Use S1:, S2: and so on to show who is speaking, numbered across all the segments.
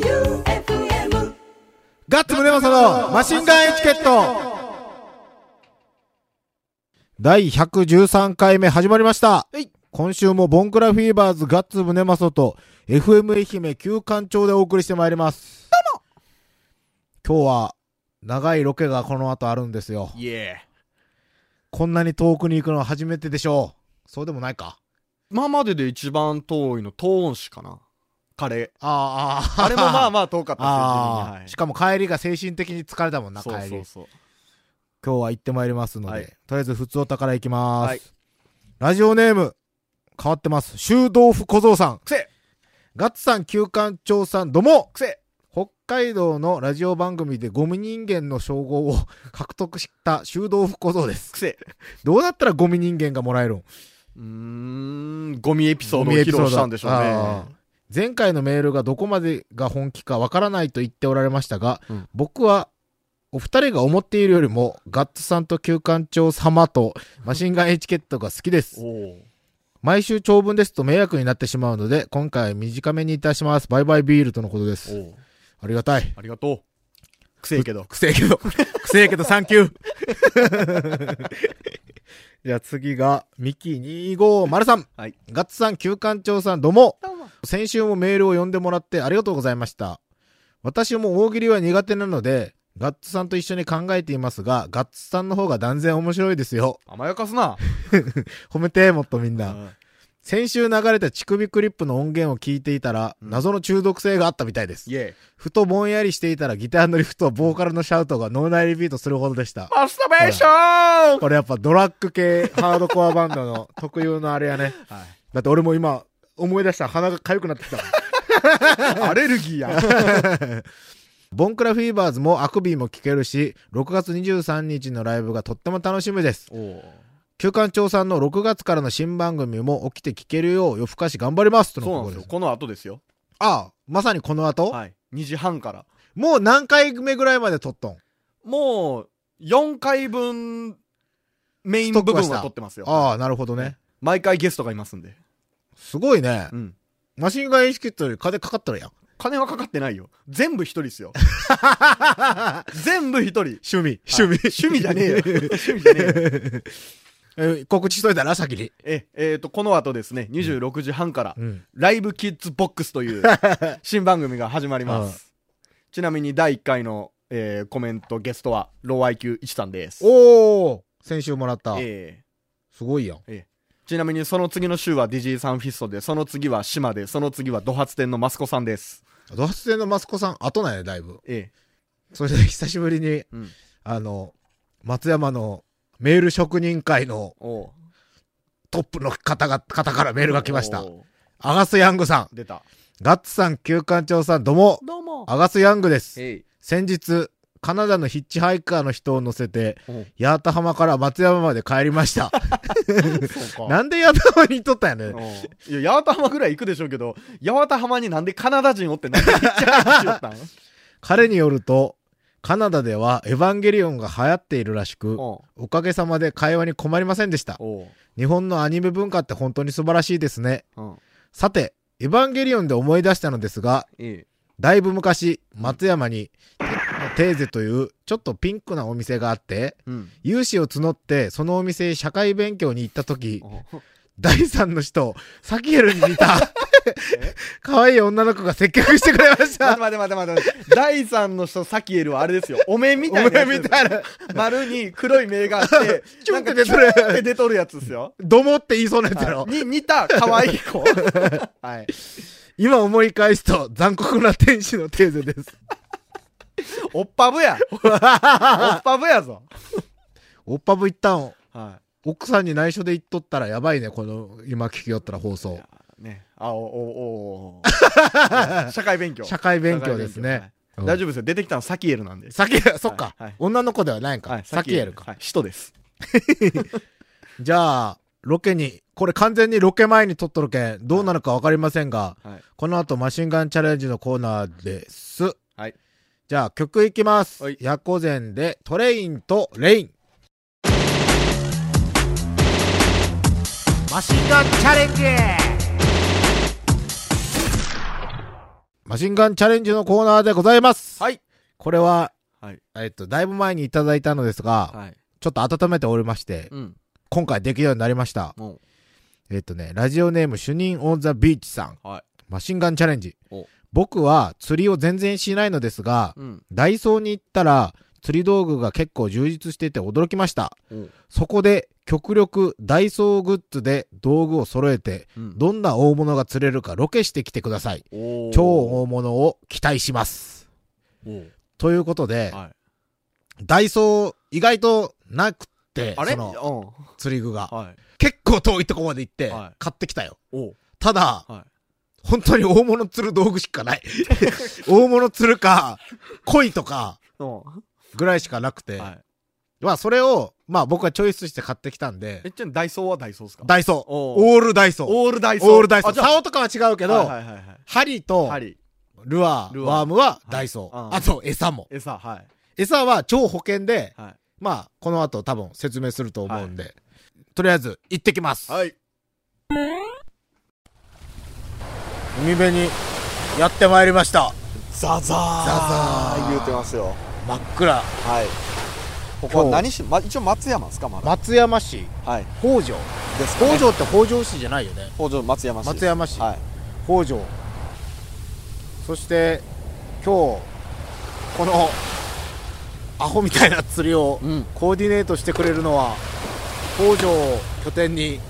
S1: J-O-E-U-F-M
S2: ガッツムネマソのマシンガンエチケット第113回目始まりました。今週もボンクラフィーバーズガッツムネマソと FM 愛媛旧館長でお送りしてまいります。どうも今日は長いロケがこの後あるんですよ。
S3: イエ
S2: こんなに遠くに行くのは初めてでしょう。そうでもないか。
S3: ー今までで一番遠いの東温市かなカ レ
S2: ああ、
S3: ーあれもまあ
S2: あ。
S3: まあ遠かった
S2: ああ、
S3: です
S2: し
S3: よ
S2: かも帰りが精神的に疲れたもんな、帰
S3: 自
S2: り。
S3: 分にはいそうそうそ
S2: 今日は行ってまいりますので、
S3: はい
S2: とりあえず普通お宝いきます、
S3: はい
S2: ラジオネーム変わってます修道府小僧さん
S3: くせ
S2: ガッツさん旧館長さんどうも
S3: くせ
S2: 北海道のラジオ番組でゴミ人間の称号を 獲得した修道府小僧です
S3: くせ
S2: どうなったらゴミ人間がもらえるん
S3: うーんゴミエピソードを披露したんでしょう
S2: あ
S3: ね
S2: ー前回のメールがどこまでが本気かわからないと言っておられましたが、
S3: うん
S2: 僕はお二人が思っているよりもガッツさんと旧館長様とマシンガンエチケットが好きです
S3: おお
S2: 毎週長文ですと迷惑になってしまうので、今回は短めにいたします。バイバイビールとのことで
S3: お
S2: す。
S3: お
S2: ありがたい。
S3: ありがとうくせえけど
S2: くせえけ ど、くせえけど、サンキュー。 じゃあ次が、ミキ250さん。
S3: はい
S2: ガッツさん、旧館長さん、どうも。先週もメールを読んでもらってありがとうございました。私も大喜利は苦手なので、ガッツさんと一緒に考えていますが、ガッツさんの方が断然面白いですよ。
S3: 甘やかすな
S2: 褒めて、もっとみん
S3: う
S2: な。
S3: ん
S2: 先週流れた乳首クリップの音源を聞いていたら、
S3: うん
S2: 謎の中毒性があったみたいです
S3: イ。エ
S2: ふとぼんやりしていたらギターのリフト、ボーカルのシャウトが脳内リピートするほどでした
S3: ー。マスタベーション は
S2: これやっぱドラッグ系ハードコアバンドの特有のあれやね。
S3: い
S2: だって俺も今思い出した鼻が痒くなってきた。
S3: アレルギーや
S2: ボンクラフィーバーズもアクビーも聴けるし、6月23日のライブがとっても楽しみです。
S3: おお
S2: 旧館長さんの6月からの新番組も起きて聴けるよう夜更かし頑張りますとの
S3: そう
S2: こ
S3: なん
S2: と
S3: です
S2: で
S3: よ
S2: す。
S3: この後ですよ
S2: ああ、まさにこの後、
S3: はい2時半から
S2: もう何回目ぐらいまで撮っとん
S3: もう4回分メイン部分は取ってますよ。
S2: ああ、なるほどね。
S3: 毎回ゲストがいますんで。
S2: すごいね
S3: う。ん。
S2: マシンガンエチケットより風かかったるやん。
S3: 金はかかってないよ。全部一 人ですよ。全部一人。
S2: 趣味、
S3: はい趣味じゃ ねえよ。趣味じゃねえよ。
S2: え告知しといたら、先に。
S3: え、えーと、この後ですね、26時半から、
S2: うん。
S3: ライブキッズボックスと いう新番組が始まります。ちなみに第1回の、えーコメントゲストは、ロー IQ1 さんです。
S2: おー先週もらった。
S3: え
S2: すごいやん。
S3: ーちなみにその次の週はディジーさんフィストで、その次は島で、その次はド発店のマスコさんです。
S2: ドハツのマスコさん、後なんや、だいぶ。
S3: え
S2: それで久しぶりに、
S3: え。うん。
S2: あの、松山のメール職人会の
S3: おう
S2: トップの方が、方からメールが来ました。
S3: おう
S2: アガス・ヤングさん、
S3: 出た。
S2: ガッツさん、旧館長さん、どうも、
S3: どうも
S2: アガス・ヤングです。
S3: えい。
S2: 先日、カナダのヒッチハイカーの人を乗せて、
S3: おう
S2: 八幡浜から松山まで帰りました。
S3: そうか。
S2: なんで八幡浜に行っとったんやね。
S3: おういや、八幡浜ぐらい行くでしょうけど、八幡浜になんでカナダ人おってなんで行っち ゃうしよったん
S2: 彼によると、カナダではエヴァンゲリオンが流行っているらしく、
S3: おう
S2: おかげさまで会話に困りませんでした。
S3: おう
S2: 日本のアニメ文化って本当に素晴らしいですね。
S3: うん。
S2: さて、エヴァンゲリオンで思い出したのですが、
S3: え
S2: だいぶ昔、松山に、テーゼというちょっとピンクなお店があって、
S3: え。 うん。
S2: 融資を募ってそのお店へ社会勉強に行った時、
S3: おう
S2: 第三の人、サキエルに似 た
S3: え、
S2: 可愛い女の子が接客してくれまし
S3: 待
S2: た。
S3: って待って待って待って。第三の人、サキエルはあれですよ。お面み
S2: お
S3: たいなや
S2: 前
S3: つ。
S2: みたいな、
S3: 丸に黒い目があ って、
S2: チュ
S3: な
S2: ン
S3: ん
S2: って出
S3: か
S2: てる
S3: キュンって出とるやつですよ。
S2: どもって言いそうなやつやろ。
S3: に似た可愛い 子。はい。
S2: 今思い返すと残酷な天使のテーゼです。
S3: おっぱぶや。おっぱぶやぞ。
S2: おっぱぶ一旦、
S3: は
S2: 奥さんに内緒で言っとったらやばいね、この、今聞きよったら放送。
S3: い。ね。あ、お、お、 お、お。社会勉強。
S2: 社会勉強ですね。
S3: はい大丈夫ですよ。出てきたのサキエルなんで。
S2: サキエル、そっか、
S3: はい
S2: 女の子ではないんか。
S3: はい
S2: サキエルか。
S3: はい、使徒です。
S2: じゃあ、ロケに、これ完全にロケ前に撮っとるけん、どうなるかわかりませんが、
S3: はい。
S2: この後マシンガンチャレンジのコーナーです。
S3: はい。
S2: じゃあ曲いきます。
S3: はい
S2: 夜行前でトレインとレイン。マシンガンチャレンジマシンガンチャレンジのコーナーでございます。
S3: はい。
S2: これは、
S3: はい。
S2: えっと、だいぶ前にいただいたのですが、
S3: はい。
S2: ちょっと温めておりまして、
S3: うん。
S2: 今回できるようになりました。
S3: も
S2: えっとね、ラジオネーム主任オンザビーチさん。
S3: はい
S2: マシンガンチャレンジ
S3: お。
S2: 僕は釣りを全然しないのですが、
S3: う。うん。
S2: ダイソーに行ったら、釣り道具が結構充実してて驚きました。
S3: お
S2: そこで、極力ダイソーグッズで道具を揃えて、
S3: うん。
S2: どんな大物が釣れるかロケしてきてください。
S3: おー
S2: 超大物を期待します。
S3: おー
S2: ということで、
S3: はい。
S2: ダイソー意外となくって、
S3: あれ
S2: そうの
S3: ん。
S2: 釣り具が。
S3: はい。
S2: 結構遠いとこまで行って
S3: はい、
S2: 買ってきたよ。
S3: お
S2: ただ、
S3: は
S2: 本当に大物釣る道具しか ない。大物釣るか、鯉とか、
S3: い。うん。
S2: ぐらいしかなくて。
S3: はい。
S2: まあ、それを、まあ僕はチョイスして買ってきたんで
S3: え、っちゃん、ダイソーはダイソーですか
S2: ダイソー。
S3: おー
S2: オールダイソー。オ
S3: オールダイソー。
S2: ールダイソ
S3: あ
S2: ー。
S3: じゃあ
S2: 竿とかは違うけど、
S3: はいはいはいはい。
S2: 針と
S3: 針。
S2: ルアー、
S3: ルアー
S2: ワームはダイソー。
S3: はいうん
S2: あと、餌も。
S3: 餌、はい。
S2: 餌は超保険で、
S3: は
S2: まあ、この後多分説明すると思うんで、とりあえず行ってきます。
S3: い。はい。
S2: 海辺にやってまいりました。
S3: ザザー
S2: ザー
S3: 言うてますよ。
S2: 真っ暗。
S3: はい。こ
S2: 今
S3: こ
S2: 日
S3: は何し、ま、一応松山ですかまだ。
S2: 松山市、
S3: はい。
S2: 北条。
S3: ですかね
S2: 北条って北条市じゃないよね。
S3: 北条松山市。
S2: 松山市、
S3: はい。
S2: 北条。そして、今日、この、アホみたいな釣りを
S3: うん。
S2: コーディネートしてくれるのは、北条を拠点に、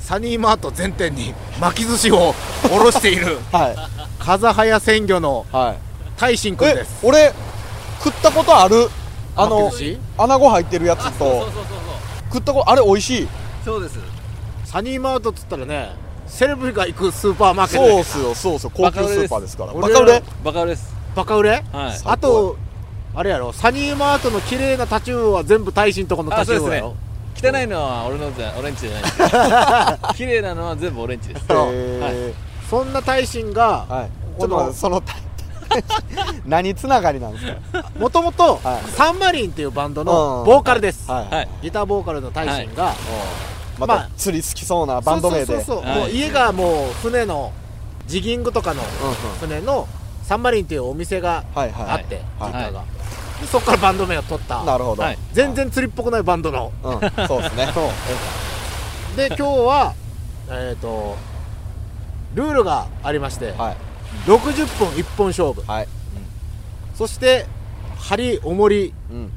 S2: サニーマート全店に巻き寿司をおろしてい る、
S3: は
S2: 風早鮮魚の
S3: い。はい。
S2: 大進君
S3: え
S2: です。
S3: 俺食ったことあるあの
S2: 巻き寿司
S3: 穴子入ってるやつ
S4: そう
S3: と
S4: そうそうそう
S3: 食ったことあれ美味しい
S4: そうです
S2: サニーマートっつったらね、セレブが行くスーパーマーケット
S3: そう
S2: で
S3: っすよそうっすよ高級スーパーですからバ
S2: バ
S3: カ
S2: カ
S3: 売
S2: 売
S3: れ
S2: れ
S4: バカ売れです
S2: バカ売れ
S4: はい
S2: あと、あれやろ、サニーマートの綺麗なタチウオは全部大臣とこのタチウオやろ。
S4: 汚いのは俺のじゃオレンジじゃないですよ綺麗なのは全部オレンジです
S3: へ
S2: そんな大臣が、
S3: ーはいちょ
S2: こ
S3: っと待っ
S2: の
S3: てその 何つながりなんです
S2: もともと
S3: はい
S2: サンマリンっていうバンド
S3: う
S2: の
S3: ん
S2: ボーカルです。
S3: かは
S4: はいい
S2: ギターボーカルの大臣が、
S3: ま
S2: ま
S3: た
S2: あ
S3: 釣り好きそうなバンド名で
S2: そうそうそうそう、
S4: はい
S2: もう家がもう船の、ジギングとかの
S3: うんうん
S2: 船のサンマリンっていうお店が
S3: はいはい
S2: あって、
S3: はい
S2: 実家が。でそこからバンド名を取った。
S3: なるほど
S4: はい
S2: 全然釣りっぽくないバンドの。
S3: うんそうですね
S2: そうで今日はえっ、とルールがありまして、
S3: はい
S2: 60分1本勝負
S3: はい
S2: そして針重り
S3: うん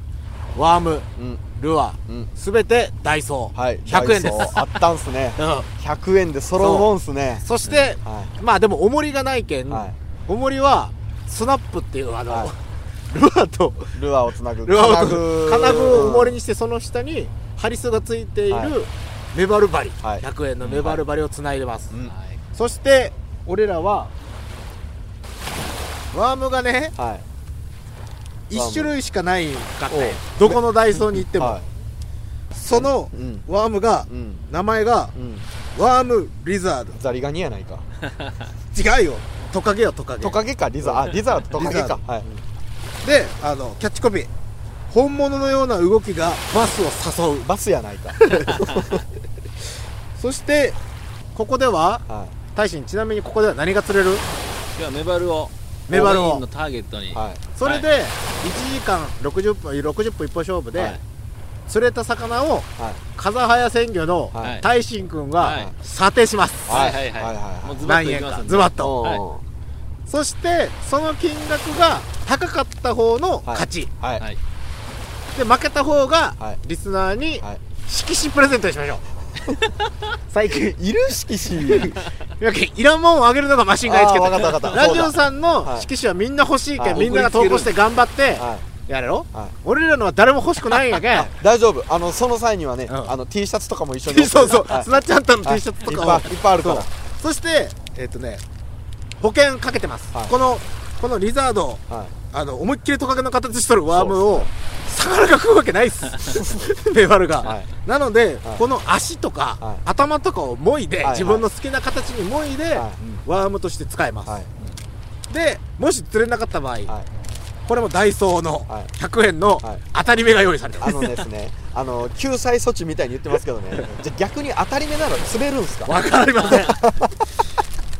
S2: ワーム
S3: うん
S2: ルア
S3: う
S2: ー
S3: ん
S2: すべてダイソー、
S3: はい
S2: 100円です
S3: ダイソーあったんすね
S2: う
S3: 100円で揃うもんすね
S2: ん、そして、
S3: は
S2: まあでも重りがないけん、
S3: いはい
S2: 重りはスナップっていうあの、
S3: はい
S2: ルアーと
S3: ルアーをつなぐ
S2: ルアー
S3: 金具
S2: と金具を重りにしてその下にハリスがついている
S3: はい
S2: メバル針、
S3: はい
S2: 100円のメバル針をつないでます、
S3: うん
S4: はい
S2: そして俺らはワームがね
S3: はいワーム
S2: 1種類しかないかっ
S3: おう
S2: てどこのダイソーに行っても、
S3: はい
S2: その
S3: うん
S2: ワームが
S3: うん
S2: 名前が
S3: うん
S2: ワームリザード
S3: ザリガニやないか
S2: 違うよトカゲよトカゲ
S3: トカゲかリザあリザードトカゲ
S2: リザ
S3: か
S2: ー
S3: はい
S2: であのキャッチコピー本物のような動きがバスを誘う
S3: バスやないか
S2: そしてここでは
S3: は
S2: 大臣ちなみにここでは何が釣れる
S4: 今日はメバルを
S2: メバルを
S4: オーバーインのターゲットに
S3: いはい
S2: それで1時間60分60分一本勝負で
S4: はい
S2: 釣れた魚を
S3: はい
S2: 風早鮮魚の
S3: はい
S2: 大臣君
S4: は
S2: が
S4: い
S2: 査定します、
S4: はいはいはい
S3: はいはいはい
S4: もうズバッ
S2: 何
S4: とい
S2: 円
S4: きま
S2: か
S4: すん
S2: ズ
S4: で
S2: バッと
S3: おー
S2: そしてその金額が高かった方の
S3: はい
S2: 勝ち、
S3: はい
S4: はい
S2: で負けた方が
S3: はい
S2: リスナーに
S3: はい
S2: 色紙プレゼントにしましょう最近
S3: いる色紙
S2: いやいらんもんをあげるのがマシンガンエチケッ
S3: あーわ
S2: ト
S3: かったわかった
S2: ラジオさん
S3: は
S2: の
S3: い
S2: 色紙はみんな欲しいけん、
S3: はい
S2: みんなが投稿して頑張って
S3: はい
S2: やれろ、
S3: はい
S2: 俺らのは誰も欲しくないんやけん
S3: 大丈 夫あのその際にはね
S2: うん
S3: あの T シャツとかも一緒
S2: T
S3: に
S2: そうそう、
S3: はい
S2: スナッチハンターの
S3: は
S2: T
S3: い
S2: シャツとかを、
S3: いっぱいいっぱいあるから
S2: そうそしてえっ、とね保険かけてます、
S3: はい
S2: このこのリザード
S3: はい
S2: あの思いっきりトカゲの形しとるワームを魚が食うわけないっす メバルが、
S3: はい
S2: なので、
S3: はい
S2: この足とか、
S3: はい
S2: 頭とかをもいで、
S3: いはい
S2: 自分の好きな形にもいで、
S3: は
S2: ワームとして使えます、
S3: はい
S2: でもし釣れなかった場合、
S3: はい
S2: これもダイソーの
S3: はい
S2: 100円の
S3: はい
S2: 当たり目が用意されてま
S3: あ
S2: す、
S3: のですねあの救済措置みたいに言ってますけどねじゃあ逆に当たり目なら滑るんすか
S2: わかりません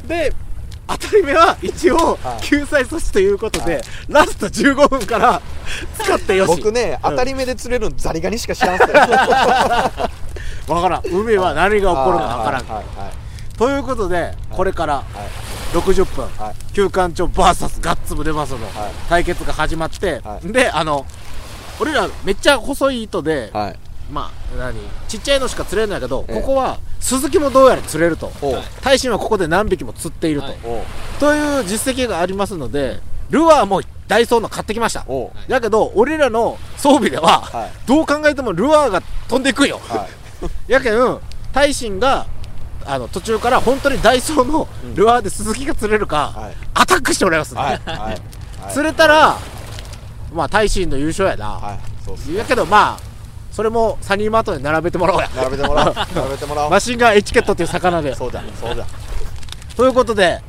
S2: で当たり目は一応
S5: はい
S2: 救済措置ということで、ラスト15分から使ってよし
S5: 僕ね、当たり目で釣れるのザリガニしか知らんすよ。起
S2: わからん海は何が起こるかわからん
S5: はいはい
S2: ということでこれから60分、
S5: はい
S2: 休館長 VS ガッツムデマソの
S5: はい
S2: 対決が始まって、
S5: はい
S2: であの俺らめっちゃ細い糸で、
S5: はい。はい。
S2: まあ何ちっちゃいのしか釣れるんだけど、
S5: ええ
S2: ここは鈴木もどうやら釣れると
S5: おう
S6: はい
S2: 大臣はここで何匹も釣っていると、
S6: はい
S5: おう
S2: という実績がありますのでルアーもダイソーの買ってきました
S5: おう
S2: だけど俺らの装備では、
S5: はい
S2: どう考えてもルアーが飛んでいくんよ
S5: は い。
S2: やけん大臣があの途中から本当にダイソーのルアーで鈴木が釣れるか、
S5: はい
S2: アタックしてもらいますんで、
S5: はい。はい。はい
S2: 釣れたらまあ大臣の優勝やな、
S5: はい。そうっす。
S2: やけどまあそれもサニーマートで並べてもらおうや
S5: 並べてもらおう。並べてもらお う。
S2: マシンガンエチケットっていう魚で
S5: そうだ、そうだ。
S2: ということで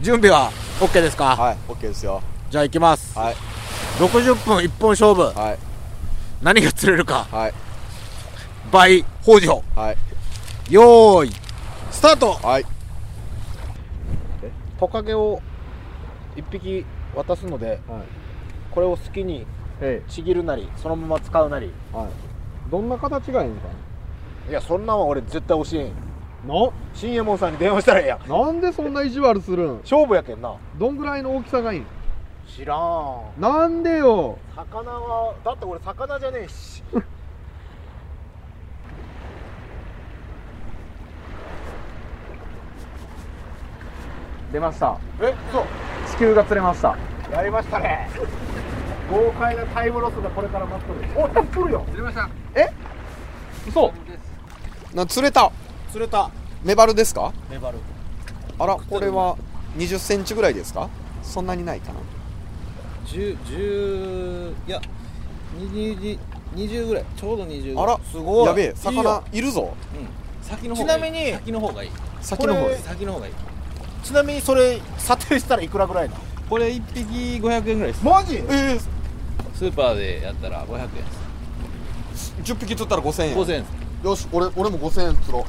S2: 準備は OK ですか、
S5: はい。オッケーですよ。
S2: じゃあ行きます、
S5: はい。
S2: 60分一本勝負
S5: はい。
S2: 何が釣れるか
S5: はい。
S2: 倍北条
S5: はい。
S2: よーいスタート
S5: はい。
S2: トカゲを1匹渡すので、
S5: はい
S2: これを好きに
S5: え
S2: ちぎるなりそのまま使うなり
S5: え。はい。どんな形がいいんか
S2: いやそんなんは俺絶対教えん
S5: な
S2: 新右衛門さんに電話したらええやん
S5: ななんでそんな意地悪するん
S2: 勝負やけんな
S5: どんぐらいの大きさがいいん
S2: 知らん
S5: なんでよ
S2: 魚はだって俺魚じゃねえし
S5: 出ました
S2: えそう
S5: 地球が釣れました
S2: やりましたね豪快なタイムロスがこれから待っとるおっ来るよ
S5: 嘘な釣れた
S2: 釣れた
S5: メバルですか
S2: メバル
S5: あらこれは2 0センチぐらいですかそんなにないかな
S4: 十十いや二十二十ぐらいちょうど二十
S5: あら
S2: すごい
S5: やべえ
S4: よ
S5: 魚いるぞ
S4: 先の
S2: ち
S4: 方
S2: な
S4: が
S2: み
S4: い
S2: に
S4: い先の方がいい
S5: 先の方
S2: これ
S4: 先の方がいい
S2: ちなみにそれ査定したらいくらぐらいな
S4: これ一匹五百円ぐらいです
S2: マジ
S5: ええ
S6: スーパーでやったら500円です
S5: 10匹釣ったら5000円
S4: 五千円です
S5: よし俺俺も5000円釣ろ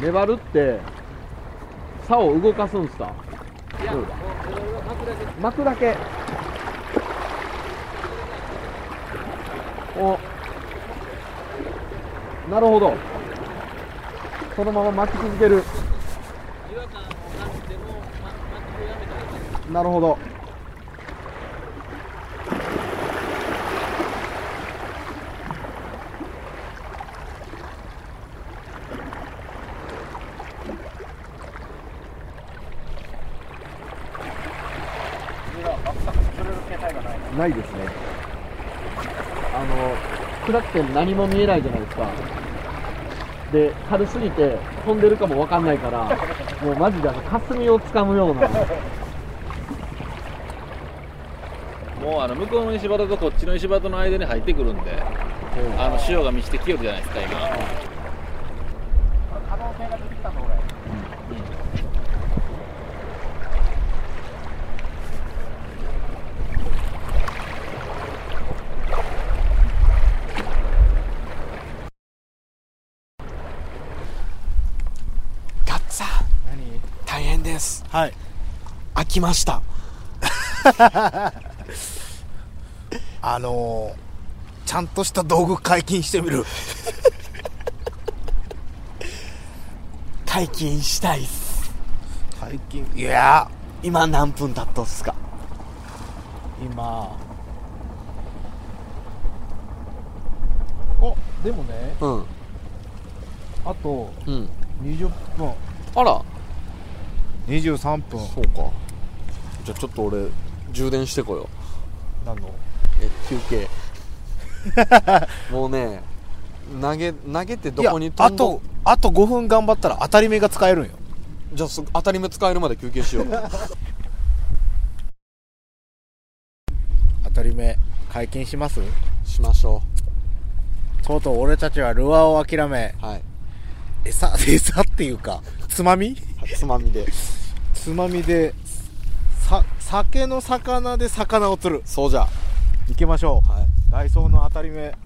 S4: メバルって竿を動かすんすか巻くだけおなるほどそのまま巻き続けるなるほどないですねあの暗くて何も見えないじゃないですかで軽すぎて飛んでるかもわかんないからもうマジであの霞をつかむような
S6: もうあの向こうの石畑とこっちの石畑の間に入ってくるんであの潮が満ちてきよるじゃないですか今
S5: うガッツさん大変です
S2: はい
S5: 飽きました
S7: あのー、ちゃんとした道具解禁してみる。
S5: 解禁したいっす
S7: 解禁いや
S5: 今何分経ったっすか
S7: 今、
S2: あでもね
S5: うん
S2: あと
S5: うん
S2: 20分
S5: あら
S7: 23分。
S5: そうかじゃあちょっと俺充電してこよう
S2: 何の
S5: え休憩もうね投げ投げてどこに
S7: いやあ
S5: 飛ん
S7: と
S5: ど、
S7: あと5分頑張ったら当たり目が使えるんよ。
S5: じゃあそ当たり目使えるまで休憩しよう
S7: 当たり目、解禁します
S5: しましょ
S7: とうとう俺たちはルアーを諦め、
S5: うはい
S7: 餌、餌っていうか、つまみ
S5: つまみで
S7: つまみで、さ、酒の魚で魚を釣る。
S5: そうじゃ
S7: 行きましょう。
S5: はい
S7: ダイソーの当たり目。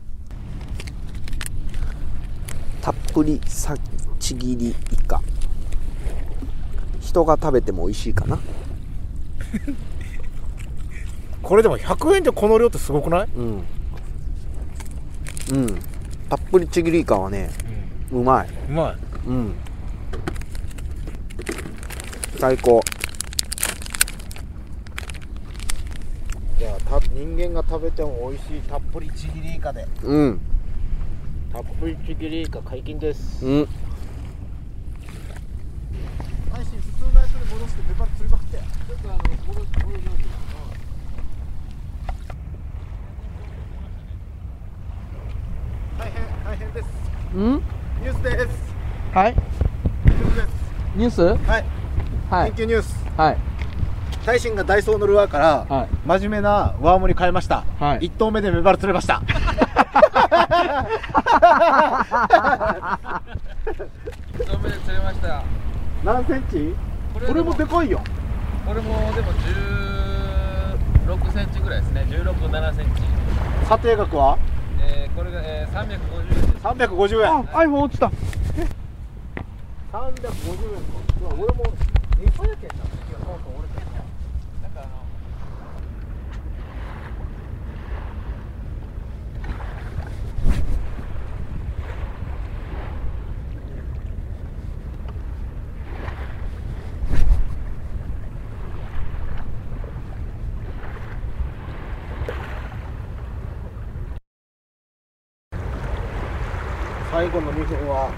S5: たっぷりさちぎりイカ人が食べても美味しいかな
S2: これでも100円でこの量ってすごくない
S5: うんうんたっぷりちぎりイカはね、うまいう
S2: まい
S5: うん最高
S2: じゃあた人間が食べても美味しいたっぷりちぎりイカで
S5: うん
S2: たっぷりちぎりイカ解禁です
S5: うん
S2: 配信普通のやつで戻してベパル釣りまくって大変大変です
S8: ん
S2: ニュースです
S8: はい
S2: ニュースです
S8: ニュース
S2: はい
S8: はい
S2: 緊急ニュース
S8: はい
S2: 大臣がダイソーのルアーから、
S8: はい
S2: 真面目なワーモに変えました、
S8: はい
S2: 一投目でメバル釣れました
S9: 一目で釣れました
S2: 何センチ
S9: こ
S2: これもでかいよ
S9: これもでも16センチぐらいですね167センチ、
S2: 査定額は
S9: えー、これが、えー、350円です
S2: 350円
S8: あ iPhone 落ちた
S2: 350円かうわ俺もいっぱいやけんなそうそう俺最後の2分は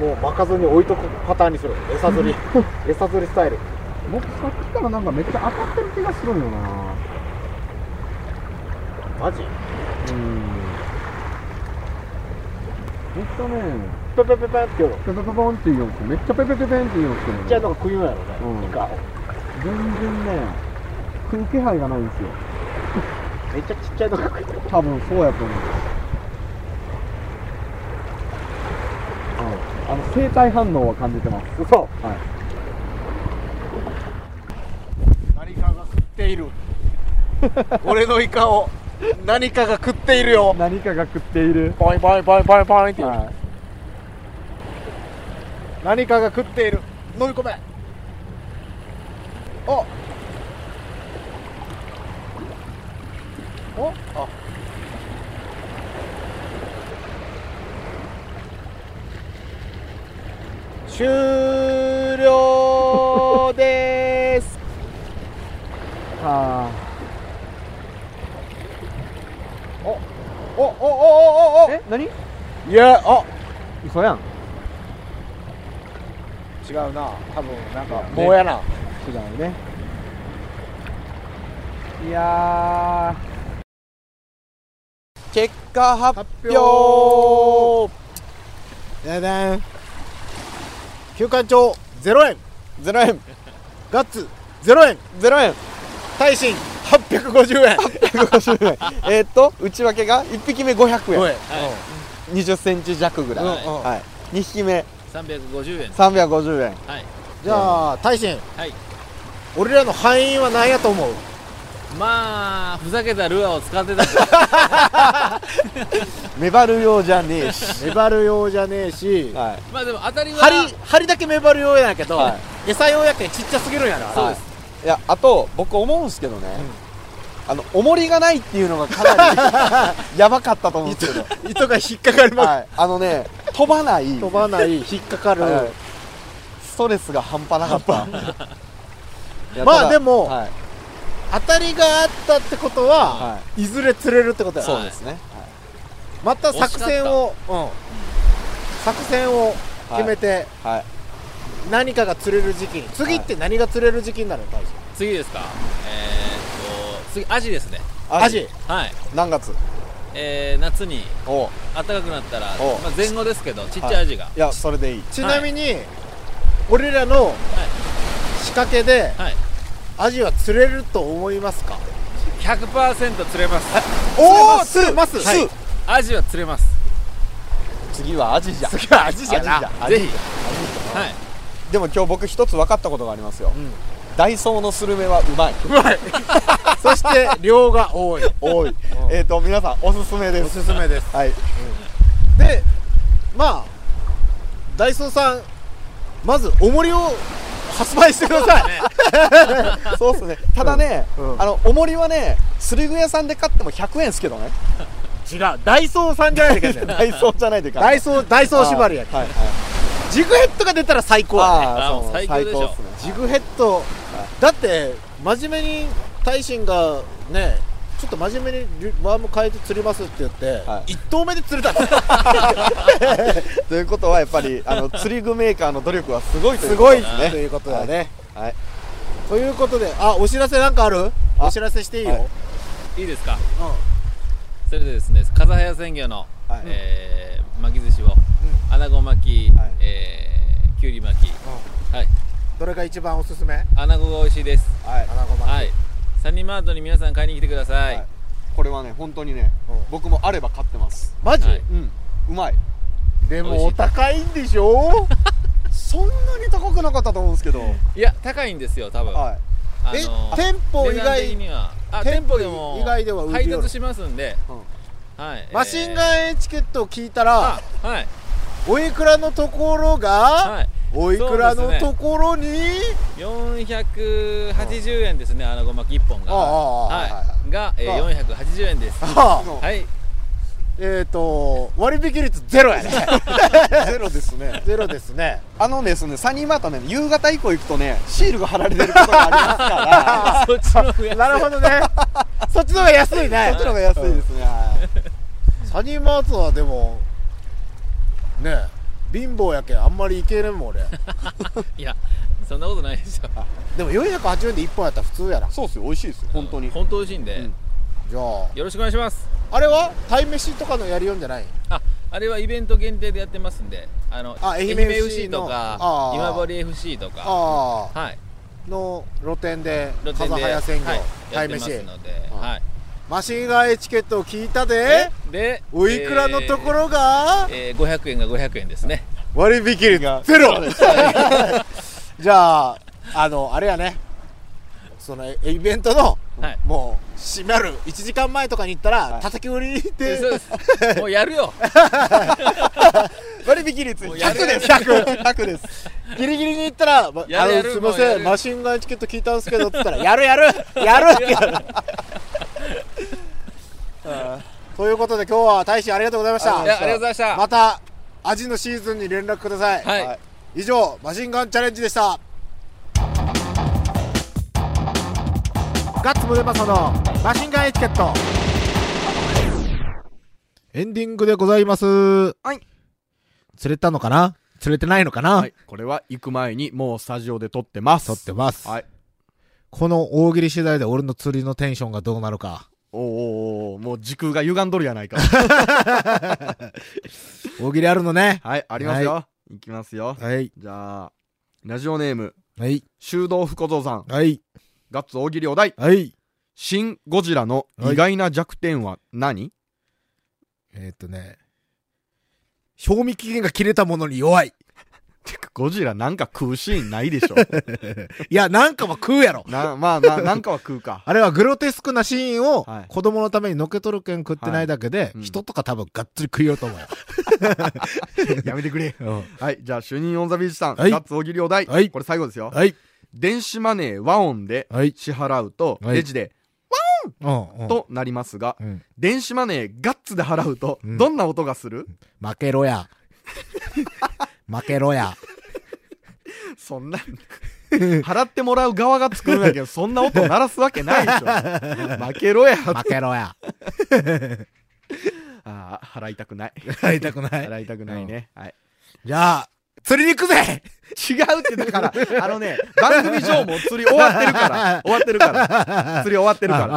S2: もう巻かずに置いとくパターンにする 餌釣り餌釣りスタイル
S8: 僕さっきからなんかめっちゃ当たってる気がするんよな
S2: マジ
S8: うんめっちゃね
S2: ペペペペって言うの
S8: ペペペペンって言うんですよめっちゃペペペペンって言うんですけどね
S2: じゃあなんか食い物やろね、
S8: うん
S2: イカ
S8: 全然ね食う気配がないんですよ
S2: めっちゃちっちゃいのが食い
S8: 多分そうやと思うあの生体反応は感じてます
S2: 嘘
S8: はい
S2: 何かが食っている俺のイカを何かが食っているよ
S8: 何かが食っている
S2: ポイポイポイポイポイって言う
S8: はい
S2: 何かが食っている飲み込めおおあ終了です
S8: あ
S2: おおおおおお
S8: え何
S2: いやあ
S8: 嘘やん
S2: 違うな多分なんか棒やな
S8: 違うねいや
S5: 結果発
S2: 発
S5: 表
S10: だだん。
S2: 休館長0円
S5: 0円
S2: ガッツ0円
S5: 0円
S2: 大臣850円
S5: 50円えーっと内訳が1匹目500円
S2: おい
S5: 2 0ンチ弱ぐらい、
S2: うんうん
S5: はい、2匹目
S4: 350円
S5: 350円
S4: はい
S2: じゃあ大臣
S4: はい
S2: 俺らの敗因は何やと思う
S4: まあふざけたルアーを使っ てたから
S5: メバル用じゃねえし、
S2: メバル用じゃねえし
S5: は
S4: まあでも当たりは
S2: 針針だけメバル用やけど、
S5: は
S2: 餌用やけんちっちゃすぎるんやな
S4: そうです、
S5: い、いやあと僕思うんですけどね、あの重りがないっていうのがかなり やばかったと思うんですけど、
S2: 糸が引っかかります、
S5: はい、あのね飛ばない
S2: 飛ばない引っかかる、
S5: はいストレスが半端なかったいや
S2: まあ
S5: ただ
S2: でも
S5: はい
S2: 当たりがあったってことは、、
S5: はい
S2: ずれ釣れるってことやな
S5: そうですね、
S2: また作戦を、うん、作戦を決めて、
S5: はいはい
S2: 何かが釣れる時期に次って何が釣れる時期になるの大臣
S4: 次ですかえー、っと次アジですね
S5: はい、
S2: アジ
S4: はい
S5: 何月
S4: えー、夏に
S5: おう
S4: 暖かくなったら、
S5: お
S4: まあ、前後ですけどちっちゃいアジが、
S5: いやそれでいい
S2: ちなみに、俺らの仕掛けで、
S4: はい
S2: アジは釣れると思いますか
S4: 100%釣れます
S2: おお釣れます釣れます
S4: アジは釣れます
S5: 次はアジじゃ
S2: 次はアジじゃ
S5: アジ
S2: な
S5: じゃアジ
S4: ぜひはい
S5: でも今日僕一つ分かったことがありますよ、
S2: ん
S5: ダイソーのスルメはうまいう
S2: まい そして量が多い
S5: 多い、えっ、と皆さんおすすめで
S2: お
S5: す
S2: すすめです
S5: はい
S2: でまあダイソーさんまず重りを発売してください
S5: そうっすねただね、あの重りはね釣り具屋さんで買っても100円っすけどね
S2: 違うダイソーさんじゃないでか
S5: ダイソーじゃないでか
S2: ダイソーダイソー縛りや
S5: はいはい
S2: ジグヘッドが出たら最高やね
S5: ああそう
S4: 最
S5: 最
S4: 高でしょ
S5: 高っすね
S2: ジグヘッドだって真面目に大臣がねちょっと真面目にリュワーム変えて釣りますって言って、
S5: は
S2: 一投目で釣れたんですよ
S5: ということはやっぱりあの釣り具メーカーの努力はすごいという
S2: す
S5: こと
S2: ごい
S5: ですね
S2: ということだね、
S5: はいはい
S2: ということであお知らせなんかある
S5: あ
S2: お知らせしていいよ、
S5: はい
S4: いいですか、それでですね風早鮮魚の、
S5: はい
S4: えー巻き寿司を、穴子巻き、
S5: はい
S4: えーきゅうり巻き、はい
S2: どれが一番おすすめ
S4: 穴子が美味しいです
S5: はい
S2: 穴子巻
S4: はいサニーマートに皆さん買いに来てください、
S5: はいこれはね本当にね
S2: うん
S5: 僕もあれば買ってます
S2: マジ、
S4: はい
S5: うんうまい
S2: で
S4: 美味
S2: も
S4: しい
S2: お高いんでし ょ
S5: そんなに高くなかったと思うんですけど
S4: いや高いんですよ多分
S5: は
S4: あ
S2: え
S4: の
S2: 店舗以
S4: 値段的
S2: 外
S4: にはあ
S2: 店
S4: 店
S2: 舗
S4: 舗でも
S2: 以外では売り
S4: 配
S2: 寄る
S4: 達しますんで、はい
S2: マシン
S4: えー
S2: ガンエチケットを聞いたら
S4: あはい
S2: おいくらのところが、
S4: はい
S2: おいくらのところに、
S4: 480円ですね穴子巻き1本が
S2: ああああああ
S4: はいが、えー、480円です
S2: ああ
S4: はい
S2: えっ、ー、と割引率ゼロやね
S5: い ゼロですね
S2: ゼロですね
S5: あのですねサニーマートね夕方以降行くとねシールが貼られてることがあ
S4: そっちの方が安い
S2: なるほ どねそっちの方が安いね
S5: りますからこっちの方が安いですねはい
S2: サニーマートはでもねえ貧乏やけんあんまりいけれんもん俺
S4: いやそんなことないですよ
S2: でも480円で1本やったら普通やな
S5: そうっすよ美味しいですよ本当に
S4: 本当美味しいんで、
S5: うん
S2: じゃあ
S4: よろしくお願いします
S2: あれは鯛めしとかのやりようんじゃない
S4: ああれはイベント限定でやってますんであの
S2: あ愛媛 FC の
S4: とか
S2: ああ
S4: 今治 FC とか
S2: あ
S4: は
S2: あ
S4: い
S2: の露店で
S4: 露
S2: 風
S4: 店で
S2: 早鮮魚、
S4: はい、やっ
S2: 鯛
S4: て
S2: め
S4: ま
S2: し
S4: すので、はい、
S2: マシンガンエチケットを聞いたで
S4: で
S2: おいくらのところが、
S4: えー、えー500円が500円ですね
S2: 割引率ゼロ じゃああのあれやねそのえイベントの、
S4: はい
S2: もう閉まる1時間前とかに行ったら、叩き売り
S4: でそう
S2: で
S4: ですもうやる よ
S5: 割引率
S4: もうやる
S5: 100です100 100です
S2: ギリギリに行ったら「ま
S4: やる
S2: あの
S4: やる
S2: すいま
S4: もう
S2: せ
S4: や
S2: ん
S4: る
S2: マシンガンチケット聞いたんですけど」っつったら「や るやるやる」ってや るうんということで今日は大使ありがとうございました
S4: いやありがとうございました
S2: また味のシーズンに連絡ください、
S4: はい
S2: 以上マシンガンチャレンジでしたガッツムデパソのマシンガンエチケットエンディングでございますはい釣れたのかな釣れてないのかな、
S3: はい、これは行く前にもうスタジオで撮ってます
S2: 撮ってます、
S3: はい
S2: この大喜利次第で俺の釣りのテンションがどうなるか
S3: おうおうおうもう時空が歪んどるやないか
S2: 大喜利あるのね
S3: はいありますよ、行きますよ
S2: はい
S3: じゃあラジオネーム
S2: はい
S3: 修道府小僧さん
S2: はい
S3: ガッツ大喜利お題
S2: はい
S3: 「シン・ゴジラ」の意外な弱点は何、
S2: えーっとね賞味期限が切れたものに弱い
S3: てかゴジラなんか食うシーンな いでしょ
S2: いやなんかは食うやろ
S3: なまあななんかは食うか
S2: あれはグロテスクなシーンを
S3: はい
S2: 子供のためにのけとるけん食ってないだけで、
S3: うん
S2: 人とか多分がっつり食いようと思うよ。
S3: やめて くれはいじゃあ主任オンザビーチさん、
S2: はい
S3: ガッツ大喜利お題、
S2: はい
S3: これ最後ですよ、
S2: はい。
S3: 電子マネー和音で
S2: はい。
S3: 支払うと
S2: はい
S3: レジで
S2: うん、うん。
S3: となりますが、
S2: うん
S3: 電子マネーガッツで払うと
S2: うん
S3: どんな音がする、
S2: 負けろ や。負けろや。
S3: そ んな払ってもらう側が作るんやけどそんな音鳴らすわけな いでしょ負けろや
S2: 負けろや。
S3: あー払いたくない
S2: やりたくない。
S3: 払いたくないね、はい
S2: じゃあ、釣りに行くぜ
S3: 違うってだからあのね番組上もう釣り終わってる から終わってるから釣り終わってるか
S2: あああ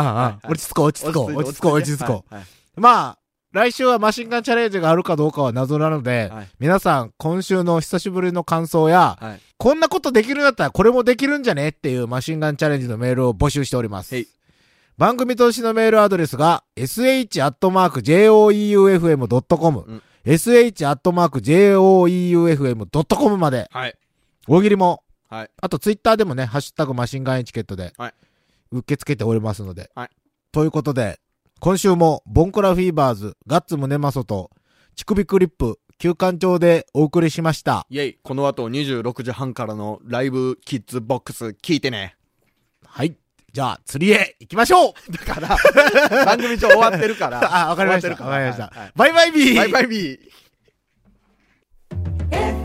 S3: ら
S2: 落ち着こう、落ち着こう、落ち着こう、落ち着こ
S3: う
S2: う。まあ、来週はマシンガンチャレンジがあるかどうかは謎なので
S3: はい、
S2: 皆さん、今週の久しぶりの感想や
S3: はい、
S2: こんなことできるんだったらこれもできるんじゃねっていうマシンガンチャレンジのメールを募集しております
S3: へい。
S2: 番組投資のメールアドレスが sh.joeufm.com
S3: ん
S2: sh.joeufm.com まで
S3: はい
S2: 大喜利も、
S3: はい
S2: あとツイッターでもね「ハッシュタグマシンガンエチケット」で
S3: はい
S2: 受け付けておりますので、
S3: はい
S2: ということで今週もボンクラフィーバーズガッツムネマソと乳首クリップ旧館長でお送りしました。
S3: イェイこの後26時半からのライブキッズボックス聞いてね
S2: はい。じゃあ、釣りへ行きましょう
S3: だから番組上終わってるから
S2: あ、わかりました。
S3: 終
S2: わかりました
S3: ってるら。
S2: バイバイビー
S3: バイバイビー
S1: FME